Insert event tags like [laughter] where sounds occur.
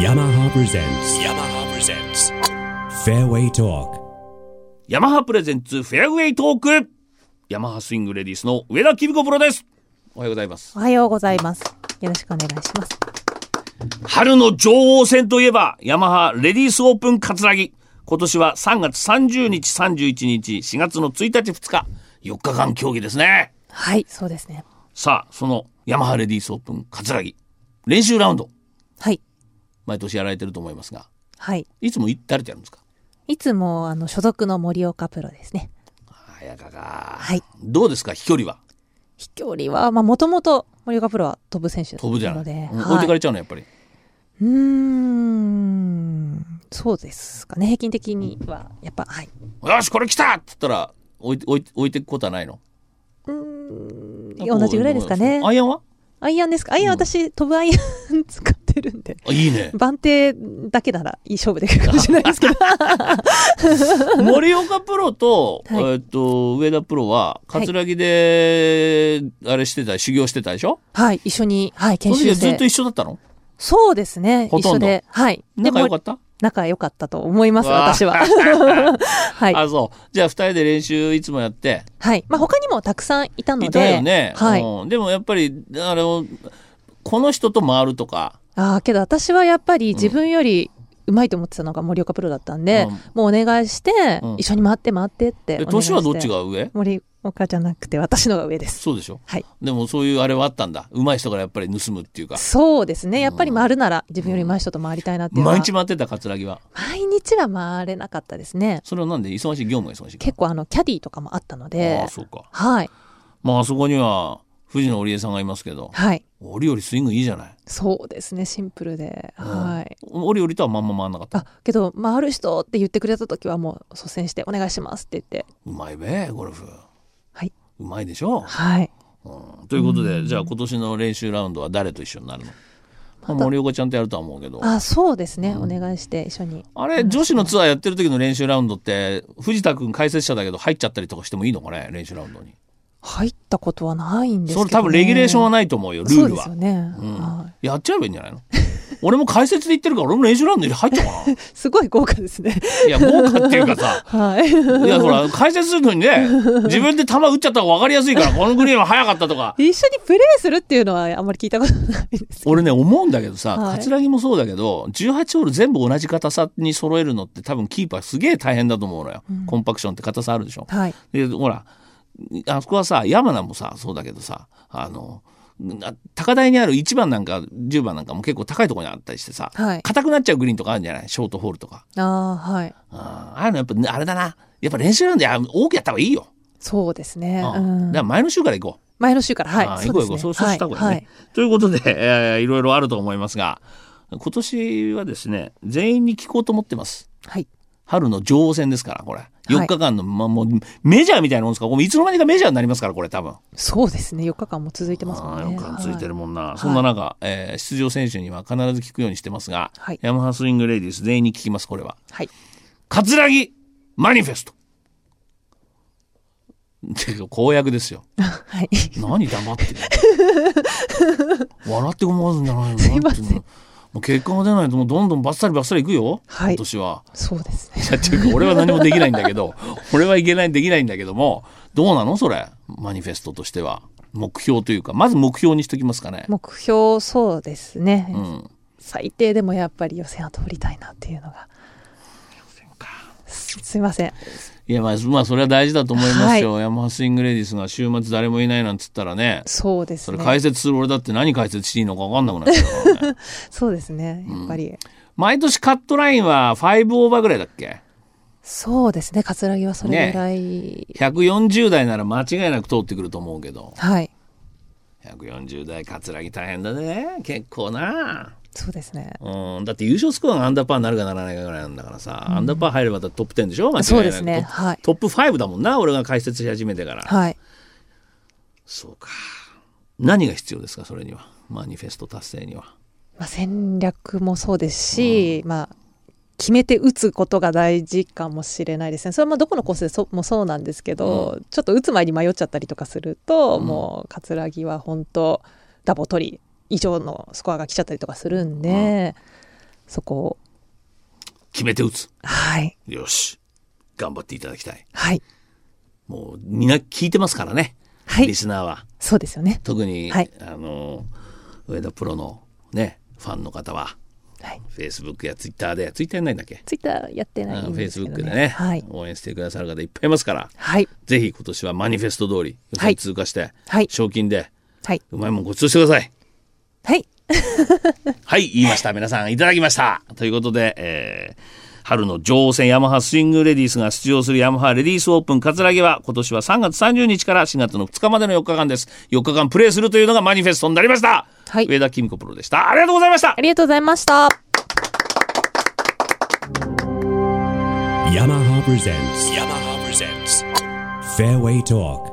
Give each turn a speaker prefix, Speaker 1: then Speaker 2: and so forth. Speaker 1: yamaha presents yamaha presents fairway talk
Speaker 2: ヤマハプレゼンツフェアウェイトークヤマハスイングレディースの上田貴美子プロですおはようございます
Speaker 3: おはようございます。よろしくお願いします。
Speaker 2: 春の女王戦といえばヤマハレディースオープンカツラギ今年は3月30日31日4月の1日2日4日間競技ですね
Speaker 3: はい、そうですね。
Speaker 2: さあそのヤマハレディースオープンカツラギ練習ラウンド
Speaker 3: はい。
Speaker 2: 毎年やられてると思いますが
Speaker 3: はい。
Speaker 2: いつも行ったれてやるんですか
Speaker 3: いつも、あの、所属の森岡プロですね。
Speaker 2: 早かか、
Speaker 3: はい
Speaker 2: どうですか飛距離は
Speaker 3: 飛距離は、まあ、もともと森岡プロは飛ぶ選手
Speaker 2: 飛ぶじゃな
Speaker 3: の
Speaker 2: い、
Speaker 3: で、
Speaker 2: うん
Speaker 3: はい
Speaker 2: 置いてかれちゃうのやっぱり
Speaker 3: うーん、そうですかね。平均的には、やっぱ、はい。
Speaker 2: よしこれ来たって言ったら置いて置いて置いてくことはないの
Speaker 3: 同じぐらいですかね。
Speaker 2: アイアンは
Speaker 3: アイアンですかアイアン、私、飛ぶアイアン使ってるんで。。
Speaker 2: あいいね
Speaker 3: [laughs] 番手だけならいい勝負できるかもしれないで
Speaker 2: [laughs]
Speaker 3: すけど。
Speaker 2: 森岡プロと、
Speaker 3: はい
Speaker 2: えっと、上田プロは、葛城で、あれしてた、修行してたでしょ
Speaker 3: はい、一緒に、はい、
Speaker 2: そ
Speaker 3: 研
Speaker 2: の時
Speaker 3: 修
Speaker 2: はずっ
Speaker 3: 生
Speaker 2: と。一緒だったの
Speaker 3: そうですね。
Speaker 2: ほ
Speaker 3: 一
Speaker 2: と
Speaker 3: 緒
Speaker 2: んど
Speaker 3: で。はい。で
Speaker 2: 仲良かった
Speaker 3: 仲良かったと思います、
Speaker 2: わあ [laughs]
Speaker 3: 私は。はい。
Speaker 2: あ、そう。じゃあ、二人で練習いつもやって、
Speaker 3: はい。まあ、他にもたくさんいたので。
Speaker 2: いたよね。
Speaker 3: はい。
Speaker 2: うんでもやっぱり、あの、この人と回るとか、
Speaker 3: ああ、けど私はやっぱり自分よりうまいと思ってたのが森岡プロだったんで、
Speaker 2: うん
Speaker 3: もうお願いして、
Speaker 2: うん
Speaker 3: 一緒に回って回ってってお願
Speaker 2: え
Speaker 3: いし
Speaker 2: 年
Speaker 3: て。
Speaker 2: はどっちが上
Speaker 3: 森岡じゃなくて私のが上です。
Speaker 2: そうでしょ
Speaker 3: はい。
Speaker 2: でもそういうあれはあったんだ。上手い人からやっぱり盗むっていうか。
Speaker 3: そうですね。やっぱり回るなら自分より上手い人と回りたいなっていうのは
Speaker 2: 毎日回ってた、葛城は。
Speaker 3: 毎日は回れなかったですね。
Speaker 2: それはなんで忙しい、業務が忙しいから
Speaker 3: 結構あの、キャディーとかもあったの
Speaker 2: あ
Speaker 3: で
Speaker 2: あ、。そうか。
Speaker 3: はい。
Speaker 2: まあ、そこには、藤野織江さんがいますけど、
Speaker 3: はい。
Speaker 2: 折々スイングいいじゃない。
Speaker 3: そうですね。シンプルで。はい。
Speaker 2: 折々とはまんま回んなかった。
Speaker 3: あけど、まあ、ある人って言ってくれた時はもう率先して「お願いします」って言って
Speaker 2: うまいべ、ゴルフ。
Speaker 3: はい。
Speaker 2: うまいでしょ。
Speaker 3: はい
Speaker 2: うん、ということで、じゃあ今年の練習ラウンドは誰と一緒になるの、まあ、
Speaker 3: また
Speaker 2: 森岡ちゃんとやるとは思うけど。あ
Speaker 3: あそうですね、お願いして一緒に
Speaker 2: れ、女子のツアーやってる時の練習ラウンドって、藤田君解説者だけど入っちゃったりとかしてもいいのかね、練習ラウンドに。
Speaker 3: 入ったことはないんです
Speaker 2: そ
Speaker 3: けど、
Speaker 2: れ
Speaker 3: ね、
Speaker 2: 多分レギュレーションはないと思うよ、ルールは。
Speaker 3: そうですよね、
Speaker 2: うん
Speaker 3: はい、
Speaker 2: やっちゃえばいいんじゃないの [laughs] 俺も解説で言ってるから、俺も練習ラウンドに入っちゃおうかな。
Speaker 3: すごい豪華ですね [laughs]
Speaker 2: いや、豪華っていうかさ。
Speaker 3: はい
Speaker 2: いや、ほら、解説するのにね、自分で球打っちゃった方が分かりやすいから、このグリーンは速かったとか。
Speaker 3: 一緒にプレーするっていうのはあんまり聞いたことないです
Speaker 2: 俺ね、思うんだけどさ、
Speaker 3: はい
Speaker 2: 葛城もそうだけど、18ホール全部同じ硬さに揃えるのって多分キーパーすげえ大変だと思うのよ。コンパクションって硬さあるでしょ。
Speaker 3: はい
Speaker 2: で、ほら、あそこはさ、山名もさ、そうだけどさ、あの、な高台にある1番なんか10番なんかも結構高いところにあったりしてさ、
Speaker 3: はい
Speaker 2: 硬くなっちゃうグリーンとかあるんじゃないショートホールとか。
Speaker 3: ああはい
Speaker 2: あーああいうのやっぱねあれだな。やっぱ練習なんであ多くやった方がいいよ。
Speaker 3: そうですね、
Speaker 2: う、
Speaker 3: うんん
Speaker 2: だから前の週から行こう。
Speaker 3: 前の週から
Speaker 2: あ
Speaker 3: は
Speaker 2: ー
Speaker 3: い
Speaker 2: 行こう行こう、
Speaker 3: です
Speaker 2: そ
Speaker 3: ね
Speaker 2: うそうした方がいいね。
Speaker 3: はい
Speaker 2: ということで、 [laughs] えーいろいろあると思いますが、今年はですね、全員に聞こうと思ってます。
Speaker 3: はい
Speaker 2: 春の女王戦ですから、これ。
Speaker 3: い
Speaker 2: 4日間の、まあ、もう、メジャーみたいなもんですから、これいつの間にかメジャーになりますから、これ、多分。
Speaker 3: そうですね4日間も続いてますもんね
Speaker 2: 4日間ついてる
Speaker 3: は
Speaker 2: もんな。そんな中、えー出場選手には必ず聞くようにしてますが、
Speaker 3: はい
Speaker 2: ヤマハスイングレディース全員に聞きます、これは。
Speaker 3: はい
Speaker 2: 葛城マニフェスト。てか公約ですよ。
Speaker 3: はい
Speaker 2: 何黙って [laughs] るの笑ってごまかすんじゃないの
Speaker 3: すいません
Speaker 2: なんていうのもう結果が出ないともうどんどんバッサリバッサリいくよ、
Speaker 3: はい
Speaker 2: 今年は。
Speaker 3: そうですね
Speaker 2: いやっていうか俺は何もできないんだけど [laughs] 俺はいけないできないんだけどもどうなのそれマニフェストとしては目標というかまず目標にしときますかね。
Speaker 3: 目標そうですね、
Speaker 2: うん、
Speaker 3: 最低でもやっぱり予選は通りたいなっていうのが。すすいません。
Speaker 2: いやまあ、まあそれは大事だと思いますよ、ヤマハスイングレディスが週末誰もいないなんつったらね
Speaker 3: そうです
Speaker 2: それ
Speaker 3: ね。
Speaker 2: 解説する俺だって何解説していいのか分かんなくなっち
Speaker 3: [laughs]
Speaker 2: ゃうからね。
Speaker 3: そうですね。やっぱり。
Speaker 2: 毎年カットラインは5オーバーぐらいだっけ
Speaker 3: そうですね。葛城はそれぐらい。
Speaker 2: 140代なら間違いなく通ってくると思うけど
Speaker 3: はい。
Speaker 2: 140代葛城大変だね結構な
Speaker 3: そうですね。
Speaker 2: うんだって優勝スコアがアンダーパーになるかならないかぐらいなんだからさ、アンダーパー入ればだってトップ10でしょ間違いなく
Speaker 3: そうです
Speaker 2: トッ
Speaker 3: ね
Speaker 2: プ
Speaker 3: はい
Speaker 2: トップ5だもんな俺が解説し始めてから、
Speaker 3: はい。
Speaker 2: そうか何が必要ですかそれにはマニフェスト達成には
Speaker 3: まあ、戦略もそうですし、まあ、決めて打つことが大事かもしれないですね。それはまあどこのコースでそもそうなんですけど、ちょっと打つ前に迷っちゃったりとかすると、もう葛城は本当ダボ取り以上のスコアが来ちゃったりとかするんで、そこを
Speaker 2: 決めて打つ。
Speaker 3: はい
Speaker 2: よし。頑張っていただきたい。
Speaker 3: はい
Speaker 2: もう、みんな聞いてますからね。
Speaker 3: はい
Speaker 2: リスナーは。
Speaker 3: そうですよね
Speaker 2: 特に、
Speaker 3: はい
Speaker 2: あの、上田プロのね、ファンの方は、
Speaker 3: はい
Speaker 2: フェイスブックやツイッターで、ツイッターやんないんだっけ
Speaker 3: ツイッターやって
Speaker 2: フ
Speaker 3: ないん
Speaker 2: ェイ
Speaker 3: で
Speaker 2: ス
Speaker 3: す
Speaker 2: ブ
Speaker 3: け
Speaker 2: ッ
Speaker 3: ど
Speaker 2: クで
Speaker 3: ね
Speaker 2: ね、
Speaker 3: はい
Speaker 2: 応援してくださる方いっぱいいますから、
Speaker 3: はい
Speaker 2: ぜひ今年はマニフェスト通り、予
Speaker 3: は
Speaker 2: 選
Speaker 3: い
Speaker 2: 通過して、
Speaker 3: はい
Speaker 2: 賞金で、
Speaker 3: はいう
Speaker 2: まいもんごちそうしてください。
Speaker 3: はい
Speaker 2: はい、言いました。皆さん、いただきました。ということで、えー春の女王戦ヤマハスイングレディースが出場するヤマハレディースオープンカツラギは今年は3月30日から4月の2日までの4日間です。4日間プレーするというのがマニフェストになりました。
Speaker 3: はい
Speaker 2: 上田君子プロでした。ありがとうございました
Speaker 3: あ。りがとうございました。
Speaker 1: yamaha presents yamaha presents fairway talk